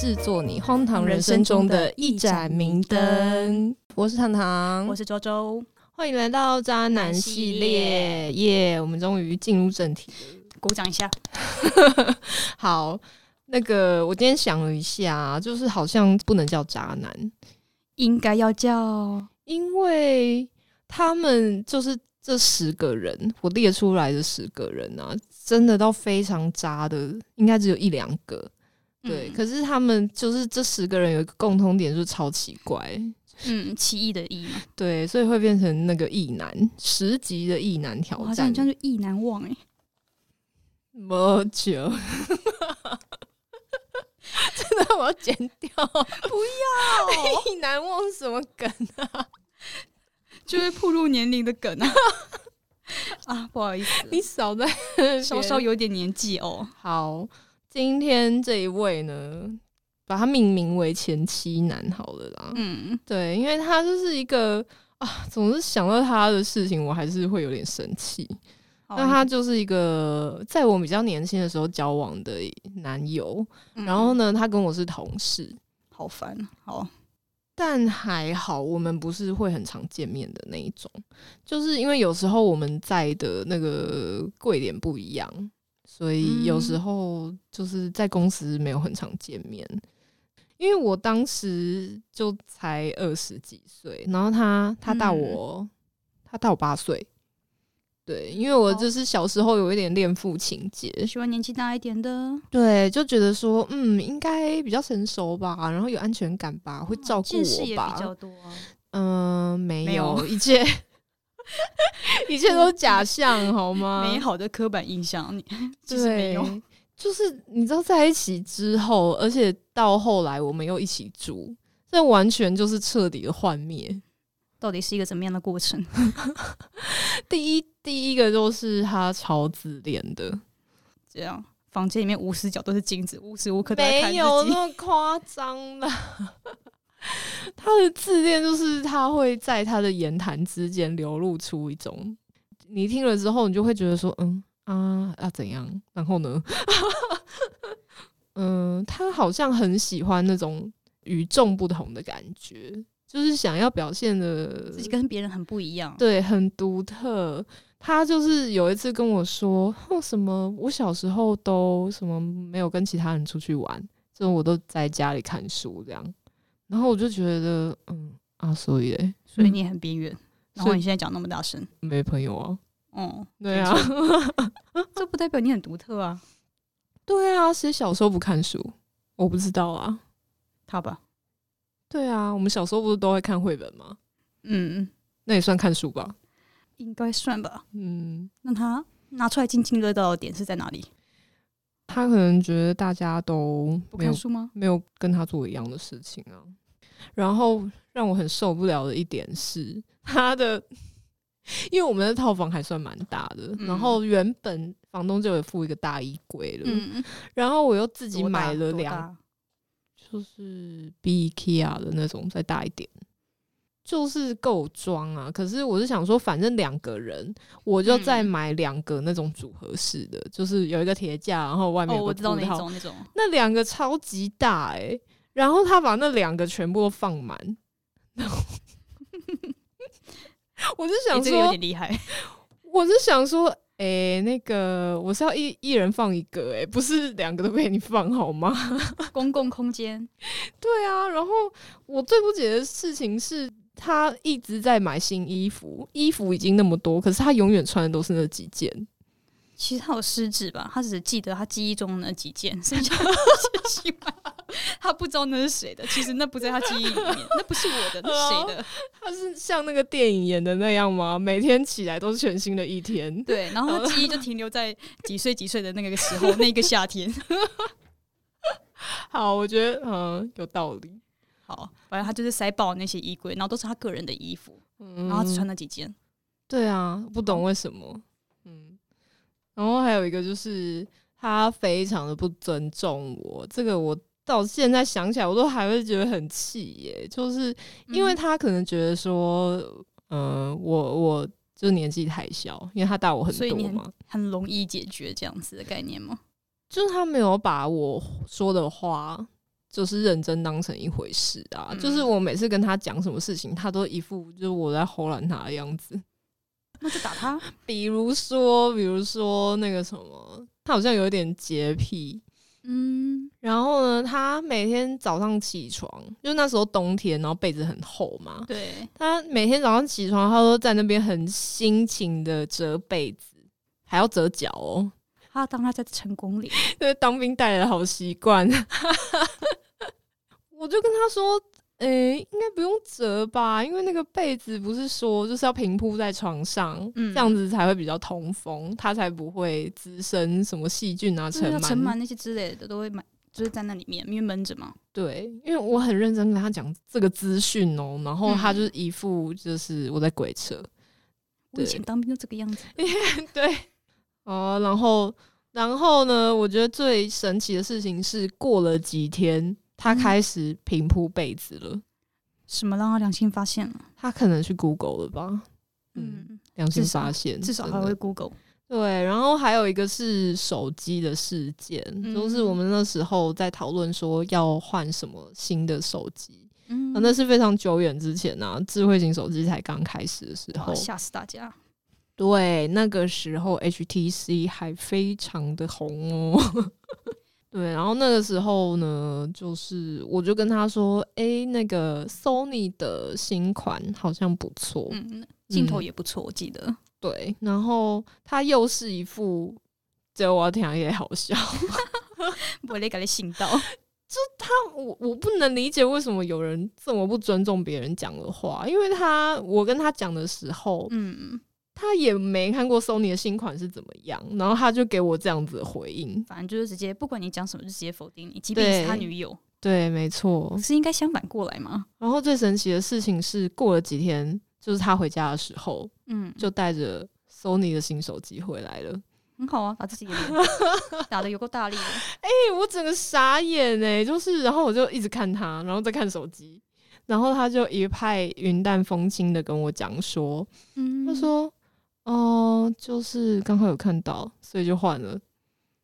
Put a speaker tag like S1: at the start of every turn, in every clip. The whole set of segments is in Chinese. S1: 制作你荒唐嗯人生中的一盏明灯。我是糖糖，
S2: 我是周周，
S1: 欢迎来到渣男系列，耶！我们终于进入正题。
S2: 鼓掌一下。
S1: 好，那个我今天想了一下，就是好像不能叫渣男，
S2: 应该要叫
S1: 因为他们就是这十个人，我列出来的十个人啊，真的到非常渣的，应该只有一两个。对，
S2: 嗯
S1: 可是他们就是这十个人有一个共通点，就是超奇怪，
S2: 嗯奇异的异嘛。
S1: 对，所以会变成那个异男十级的异男挑
S2: 我好像
S1: 战
S2: 很，像是意难忘哎、
S1: 么久， 真的我要剪掉，
S2: 欸，
S1: 异男忘什么梗啊？
S2: 就是暴露年龄的梗啊。 啊，不好意思，
S1: 你少在那边
S2: 稍稍有点年纪哦。
S1: 好，今天这一位呢，把他命名为前妻男好了啦，
S2: 嗯，
S1: 对，因为他就是一个啊，总是想到他的事情，我还是会有点生气。
S2: 好
S1: 那他就是一个在我比较年轻的时候交往的男友，
S2: 嗯
S1: 然后呢，他跟我是同事，
S2: 好烦，啊好，
S1: 但还好我们不是会很常见面的那一种，就是因为有时候我们在的那个贵点不一样，所以有时候就是在公司没有很常见面。因为我当时就才二十几岁，然后他他大我、他大我八岁，对，因为我
S2: 哦
S1: 就是小时候有一点恋父情节，
S2: 喜欢年纪大一点的，
S1: 对，就觉得说嗯应该比较成熟吧，然后有安全感吧，会照顾
S2: 见识
S1: 我
S2: 也
S1: 吧，
S2: 比较多啊、
S1: 嗯，没
S2: 没
S1: 有，
S2: 有
S1: 一切一切都假象， 好吗？
S2: 美好的刻板印象，你 其实
S1: 对
S2: 没有，，
S1: 就是你知道在一起之后，而且到后来我们又一起住，这完全就是彻底的幻灭。
S2: 到底是一个怎么样的过程？
S1: 第一，第一个就是他超自恋的，
S2: 这样，房间里面无死角都是镜子，无时无刻都在看
S1: 没
S2: 自
S1: 有
S2: 己。
S1: 那么夸张啦。 他的自恋就是他会在他的言谈之间流露出一种，你听了之后，你就会觉得说，嗯啊啊怎样？然后呢？ 嗯，他好像很喜欢那种与众不同的感觉，就是想要表现的
S2: 自己跟别人很不一样，
S1: 对，很独特。他就是有一次跟我说，哼，什么我小时候都什么没有跟其他人出去玩，就我都在家里看书这样。然后我就觉得，嗯啊，所以嘞，
S2: 所以你也很边缘。然后
S1: 所以
S2: 你现在讲那么大声，
S1: 没朋友啊，
S2: 哦、
S1: 对啊
S2: 没，错这不代表你很独特啊，
S1: 对啊，谁小时候不看书？我不知道啊。
S2: 他吧，
S1: 对啊，我们小时候不是都会看绘本吗？
S2: 嗯，
S1: 那也算看书吧。
S2: 应该算吧。
S1: 嗯，
S2: 那他拿出来津津乐道的点是在哪里？
S1: 他可能觉得大家都
S2: 不
S1: 没有
S2: 看书吗？
S1: 没有跟他做一样的事情啊。然后让我很受不了的一点是， 他的，因为我们的套房还算蛮大的，
S2: 嗯
S1: 然后原本房东就有付一个大衣柜了，
S2: 嗯，
S1: 然后我又自
S2: 自
S1: 己买了两，就是比 IKEA 的那种再大一点。就是够装啊，可是我是想说，反正两个人，我就再
S2: 嗯
S1: 买两个那种组合式的，就是有一个铁架，然后外面
S2: 哦，
S1: 有
S2: 我
S1: 个
S2: 知道
S1: 布
S2: 那
S1: 套
S2: 种那种，
S1: 那两个超级大哎、然后他把那两个全部都放满， 然后我就想
S2: 你这个有
S1: 说，
S2: 点厉害，
S1: 我就想说，哎、那个我是要一一人放一个哎、不是两个都被你放好吗？
S2: 公共空间，
S1: 对啊，然后我最不解的事情是。他一直在买新衣服，衣服已经那么多，可是他永远穿的都是那几件。
S2: 其实他有失职吧，他只是记得他记忆中那几件，剩下喜欢。他不知道那是谁的，其实那不在他记忆里面，那不是我的，那是谁的？
S1: 他是像那个电影演的那样吗？每天起来都是全新的一天。
S2: 对，然后他记忆就停留在几岁几岁的那个时候，那个夏天。
S1: 好，我觉得嗯有道理。
S2: 好，反正他就是塞爆那些衣柜，然后都是他个人的衣服，
S1: 嗯
S2: 然后他只穿那几件。
S1: 对啊，不懂为什么。嗯，然后还有一个就是他非常的不尊重我，这个我到现在想起来我都还会觉得很气耶，就是因为
S2: 嗯
S1: 他可能觉得说，嗯、我我就年纪太小，因为他大我很
S2: 所以
S1: 多
S2: 你
S1: 嘛，
S2: 很容易解决这样子的概念吗？
S1: 就是他没有把我说的话就是认真当成一回事啊。
S2: 嗯
S1: 就是我每次跟他讲什么事情，他都一副就是我在吼懒他的样子。
S2: 那就打他。
S1: 比如说，比如说那个什么，他好像有点洁癖。
S2: 嗯，
S1: 然后呢，他每天早上起床，就那时候冬天，然后被子很厚嘛，
S2: 对，
S1: 他每天早上起床，他都在那边很辛勤的折被子，还要折脚哦。
S2: 他当他在成功里，
S1: 对，当兵带来的好习惯。 我就跟他说：“诶、应该不用折吧，因为那个被子不是说就是要平铺在床上，
S2: 嗯
S1: 这样子才会比较通风，它才不会滋生什么细菌啊、
S2: 就是
S1: 尘
S2: 要
S1: 螨
S2: 尘螨那些之类的都会满，就是在那里面，因为闷着嘛。
S1: 对，因为我很认真跟他讲这个资讯哦，然后他
S2: 嗯
S1: 就是一副就是我在鬼扯，
S2: 我以
S1: 对
S2: 前当兵就这个样子，
S1: 对，哦，然后然后呢？我觉得最神奇的事情是，过了几天，他
S2: 嗯
S1: 开始平铺被子了。
S2: 什么让他良心发现了？
S1: 他可能去 Google 了吧？嗯，
S2: 嗯，
S1: 良心
S2: 至少
S1: 发现，
S2: 至少
S1: 真
S2: 还
S1: 的
S2: 会 Google。
S1: 对，然后还有一个是手机的事件，就是我
S2: 嗯
S1: 们那时候在讨论说要换什么新的手机，
S2: 嗯
S1: 啊，那是非常久远之前啊，智慧型手机才刚开始的时候
S2: 哇，吓死大家！
S1: 对，那个时候 HTC 还非常的红哦。 对，然后那个时候呢，就是我就跟他说，诶，那个 Sony 的新款好像不错，
S2: 嗯，镜头
S1: 嗯
S2: 也不错，我记得。
S1: 对，然后他又是一副，这我听也好笑，
S2: 我勒给你信到，
S1: 我我不能理解为什么有人这么不尊重别人讲的话，因为他我跟他讲的时候，
S2: 嗯，
S1: 他也没看过 Sony 的新款是怎么样，然后他就给我这样子的回应，
S2: 反正就是直接不管你讲什么，就直接否定你，即便
S1: 对
S2: 是他女友，
S1: 对，没错
S2: 不，是应该相反过来吗？
S1: 然后最神奇的事情是，过了几天，就是他回家的时候，
S2: 嗯，
S1: 就带着 Sony 的新手机回来了。
S2: 很好啊，把自己的 脸打的有够大力的，
S1: 哎、我整个傻眼哎、就是，然后我就一直看他，然后再看手机，然后他就一派云淡风轻的跟我讲说，
S2: 嗯，
S1: 他说，哦、就是刚好有看到，所以就换了。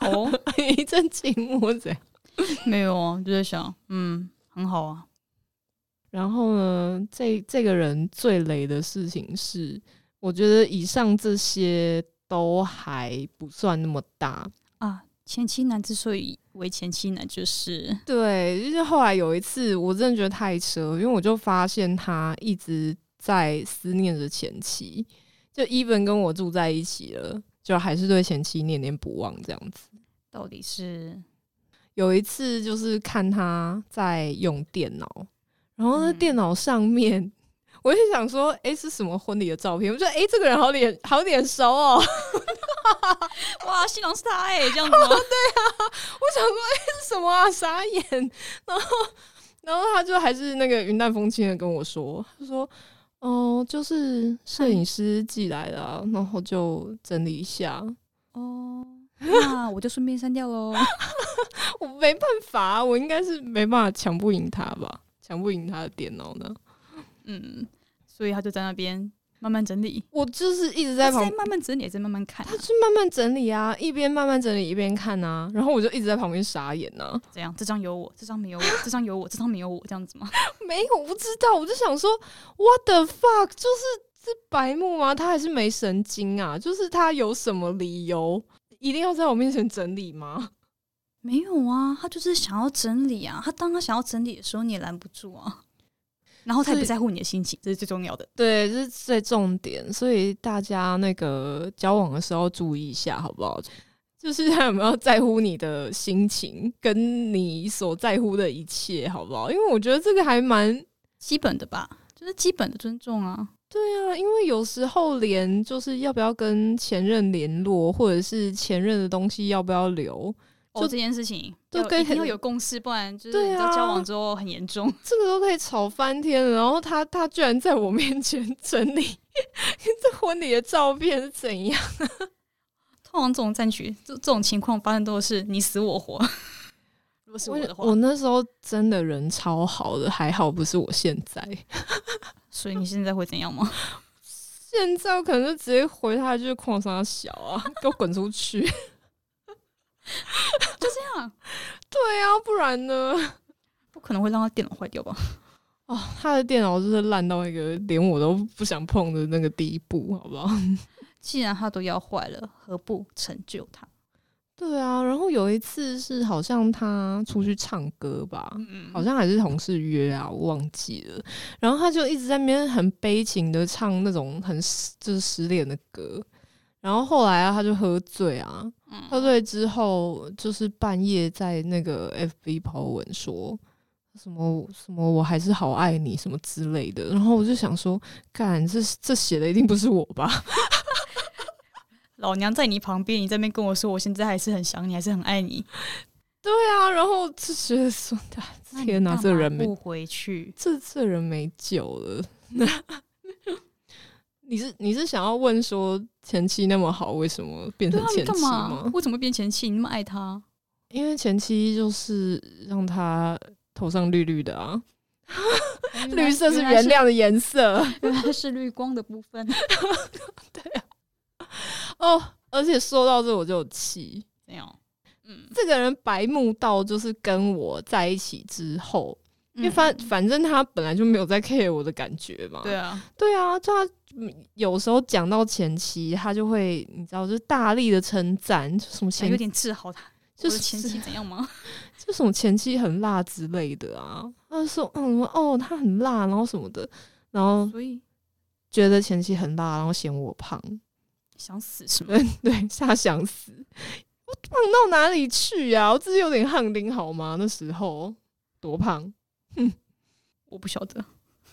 S2: 哦，
S1: 一阵静默，这样。
S2: 没有啊，就在想，嗯，很好啊，
S1: 然后呢，这这个人最雷的事情是，我觉得以上这些都还不算那么大。
S2: 啊，前妻男之所以为前妻男，就是
S1: 对，就是后来有一次，我真的觉得太扯，因为我就发现他一直在思念着前妻，就 even 跟我住在一起了，就还是对前妻念念不忘这样子。
S2: 到底是
S1: 有一次就是看他在用电脑，然后呢，
S2: 嗯
S1: 电脑上面。 我就想说，诶，是什么婚礼的照片？我觉得，诶，这个人好脸好脸熟哦。我
S2: 哇，新郎是他 哎、这样子吗？
S1: 想说，诶，是什么啊？ 傻眼。然后，然后他就还是那个云淡风轻的跟我说，他说，哦，就是摄影师寄来的、啊，然后就整理一下。
S2: 哦，那我就顺便删掉 喽。
S1: 我没办法，啊我应该是没办法抢不赢他吧？抢不赢他的电脑呢？
S2: 嗯，所以他就在那边慢慢整理，
S1: 我就是一直在
S2: 他
S1: 旁
S2: 是在慢慢整理，还是慢慢看、啊
S1: 他？去慢慢整理啊，一边慢慢整理一边看啊，然后我就一直在旁边傻眼呐、啊，
S2: 怎样？这张有我，这张没有我，这张有我，这张没有我，这样子吗？
S1: 没有，我不知道，我就想说，what the fuck，就是这白目吗？他还是没神经啊？就是他有什么理由一定要在我面前整理吗？
S2: 没有啊，他就是想要整理啊。他当他想要整理的时候，你也拦不住啊。然后他也
S1: 所以
S2: 不在乎你的心情，这是最重要的。
S1: 对，这是最重点，所以大家那个交往的时候注意一下，好不好？就是 他有没有在乎你的心情，跟你所在乎的一切，好不好？因为我觉得这个还蛮
S2: 基本的吧，就是基本的尊重啊。
S1: 对啊，因为有时候连就是要不要跟前任联络，或者是前任的东西要不要留，
S2: 哦，
S1: 就
S2: 这件事情
S1: 就
S2: 要
S1: 跟
S2: 一定要有共识，不然就是
S1: 对啊
S2: 你知道交往之后很严重。
S1: 这个都可以吵翻天了。然后他他居然在我面前整理 这婚礼的照片是怎样？
S2: 通常这种战局，这这种情况发生都是你死我活。如果是我的话
S1: 我，那时候真的人超好的，还好不是我现在。
S2: 所以你现在会怎样吗？
S1: 现在我可能就直接回他一句“矿 山小啊，给我滚出去”，就这
S2: 样。
S1: 对啊，不然呢？
S2: 不可能会让他电脑坏掉吧？
S1: 哦，他的电脑就是烂到一个连我都不想碰的那个地步，好不好？
S2: 既然他都要坏了，何不成就他？
S1: 对啊，然后有一次是好像他出去唱歌吧，
S2: 嗯
S1: 好像还是同事约啊，我忘记了。然后他就一直在那边很悲情的唱那种很失就是失恋的歌。然后后来啊，他就喝醉啊，喝醉之后就是半夜在那个 FB 抛文说什么什么我还是好爱你什么之类的。然后我就想说，干这这写的一定不是我吧？
S2: 老娘在你旁边，你在那边跟我说，我现在还是很想你，还是很爱你。
S1: 对啊，然后就觉得说，啊天哪，
S2: 哪，
S1: 这个人没
S2: 不回去，
S1: 这这人没救了。 你是你是想要问说前妻那么好，为什么变
S2: 对
S1: 成
S2: 啊，你
S1: 前
S2: 干
S1: 妻
S2: 嘛
S1: 吗？？哦
S2: 为什么变前妻？你那么爱 他？
S1: 因为前妻就是让他头上绿绿的啊，绿色是原谅的颜 色
S2: 原来是绿光的部 分。
S1: 哦。而且说到这我就有气，
S2: 没有，嗯，
S1: 这个人白目到就是跟我在一起之后，因为
S2: 嗯
S1: 反反正他本来就没有在 care 我的感觉嘛，
S2: 对啊，
S1: 对啊，就他嗯有时候讲到前妻，他就会你知道，就是大力的称赞，就什么
S2: 哎有
S1: 前
S2: 点自豪他。
S1: 就
S2: 我
S1: 是
S2: 的前妻怎 样吗？
S1: 就什么前妻很辣之类的啊。他就说嗯哦，他很辣，然后什么的，然后
S2: 所以
S1: 觉得前妻很辣，然后嫌我胖，
S2: 想死是吗？
S1: 对 对，他想死。我胖到哪里去呀、啊？我自己有点汗丁好吗？那时候多胖？
S2: 我不晓得，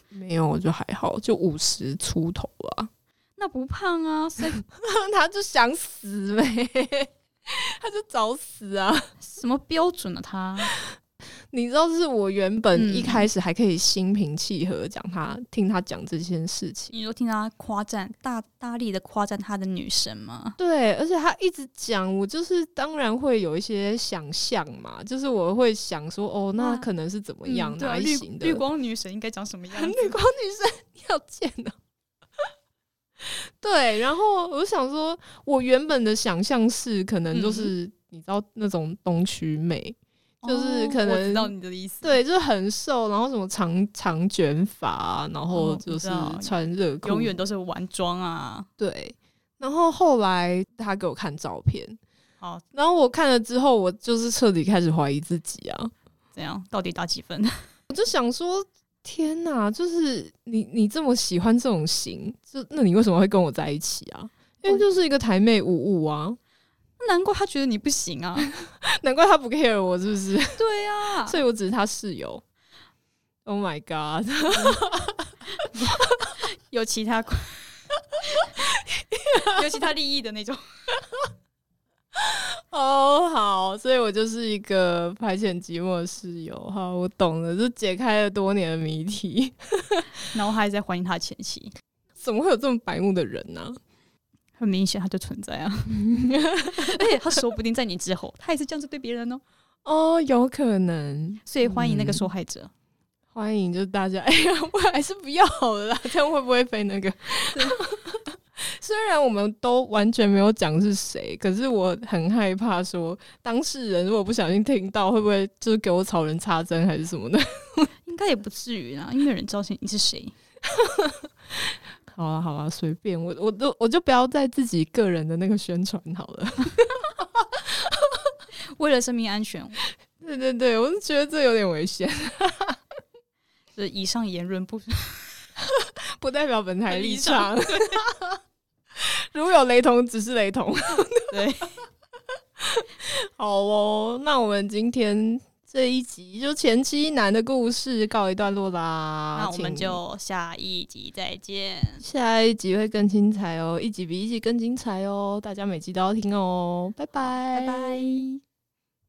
S1: 没有，就还好，就五十出头啊。
S2: 那不胖啊，谁
S1: 他就想死呗， 他就找死啊。
S2: 什么标准啊？他
S1: 你知道，是我原本
S2: 嗯
S1: 一开始还可以心平气和讲他，听他讲这件事情。
S2: 你就听他夸赞，大大力的夸赞他的女神吗？
S1: 对，而且他一直讲，我就是当然会有一些想象嘛，就是我会想说，哦，那
S2: 啊
S1: 可能是怎么样、
S2: 对啊，
S1: 哪一
S2: 绿
S1: 型的
S2: 绿光女神应该长什么样子？
S1: 绿光女生 你好贱哦。对，然后我想说，我原本的想象是可能就是、你知道那种东区妹，就是可
S2: 哦我知
S1: 能
S2: 道你的意思。
S1: 对，就是很瘦，然后什么长长卷发啊，然后
S2: 哦
S1: 就是
S2: 我知道
S1: 穿热裤，
S2: 永远都是玩妆啊。
S1: 对。然后后来他给我看照片，
S2: 好，
S1: 然后我看了之后，我就是彻底开始怀疑自己啊！
S2: 怎样？到底打几分？
S1: 我就想说，天哪，就是你你这么喜欢这种型，就那你为什么会跟我在一起啊？因为就是一个台妹五五啊，
S2: 难怪他觉得你不行啊。
S1: 难怪他不 care 我是不是？
S2: 对啊，
S1: 所以我只是他室友。Oh my god！
S2: 有其他 有其他利益的那种。
S1: 哦，好，所以我就是一个排遣寂寞的室友。好，我懂了，这解开了多年的谜题。
S2: 然后他还在怀疑他的前妻，
S1: 怎么会有这么白目的人啊呢、
S2: 很明显他就存在 啊。而且他说不定在你之后，他也是这样子对别人哦。
S1: 哦，有可能。
S2: 所以欢迎那个受害者。
S1: 欢迎，就是大家，哎呀，我还是不要好了啦，这 样会不会被那个？ 虽然我们都完全没有讲是谁，可是我很害怕说当事人如果不小心听到，会不会就是给我草人插针还是什么的？
S2: 应该也不至于啦，因为没有人知道你是谁。
S1: 好啊，好啊，随便我，我都我就不要在自己个人的那个宣传好了。
S2: 为了生命安全，
S1: 对对对，我是觉得这有点危险，
S2: 就是以上言论不
S1: 不代表本台立
S2: 立
S1: 场
S2: 场。
S1: 如有雷同，只是雷同。
S2: 对。
S1: 好哦，那我们今天这一集就前期男的故事告一段落啦。
S2: 那我们
S1: 请
S2: 就下一集再见，
S1: 下一集会更精彩哦，一集比一集更精彩哦，大家每集都要听哦，拜拜，
S2: 拜拜。